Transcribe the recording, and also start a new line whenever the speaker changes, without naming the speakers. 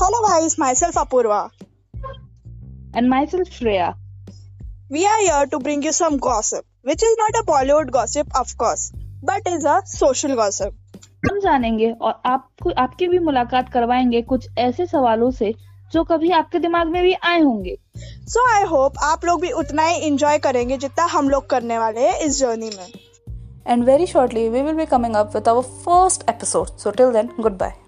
Hello, guys. Myself Apurva.
And myself, Shreya.
We are here to bring you some gossip, which is not a Bollywood gossip, of course, but is a social gossip.
हम जानेंगे और आपको आपकी भी मुलाकात करवाएंगे कुछ ऐसे सवालों से जो कभी आपके दिमाग में भी आए होंगे
सो आई होप आप लोग भी उतना ही इंजॉय करेंगे जितना हम लोग करने वाले हैं इस जर्नी में
And very shortly, we will be coming up with our first episode. So, till then, goodbye.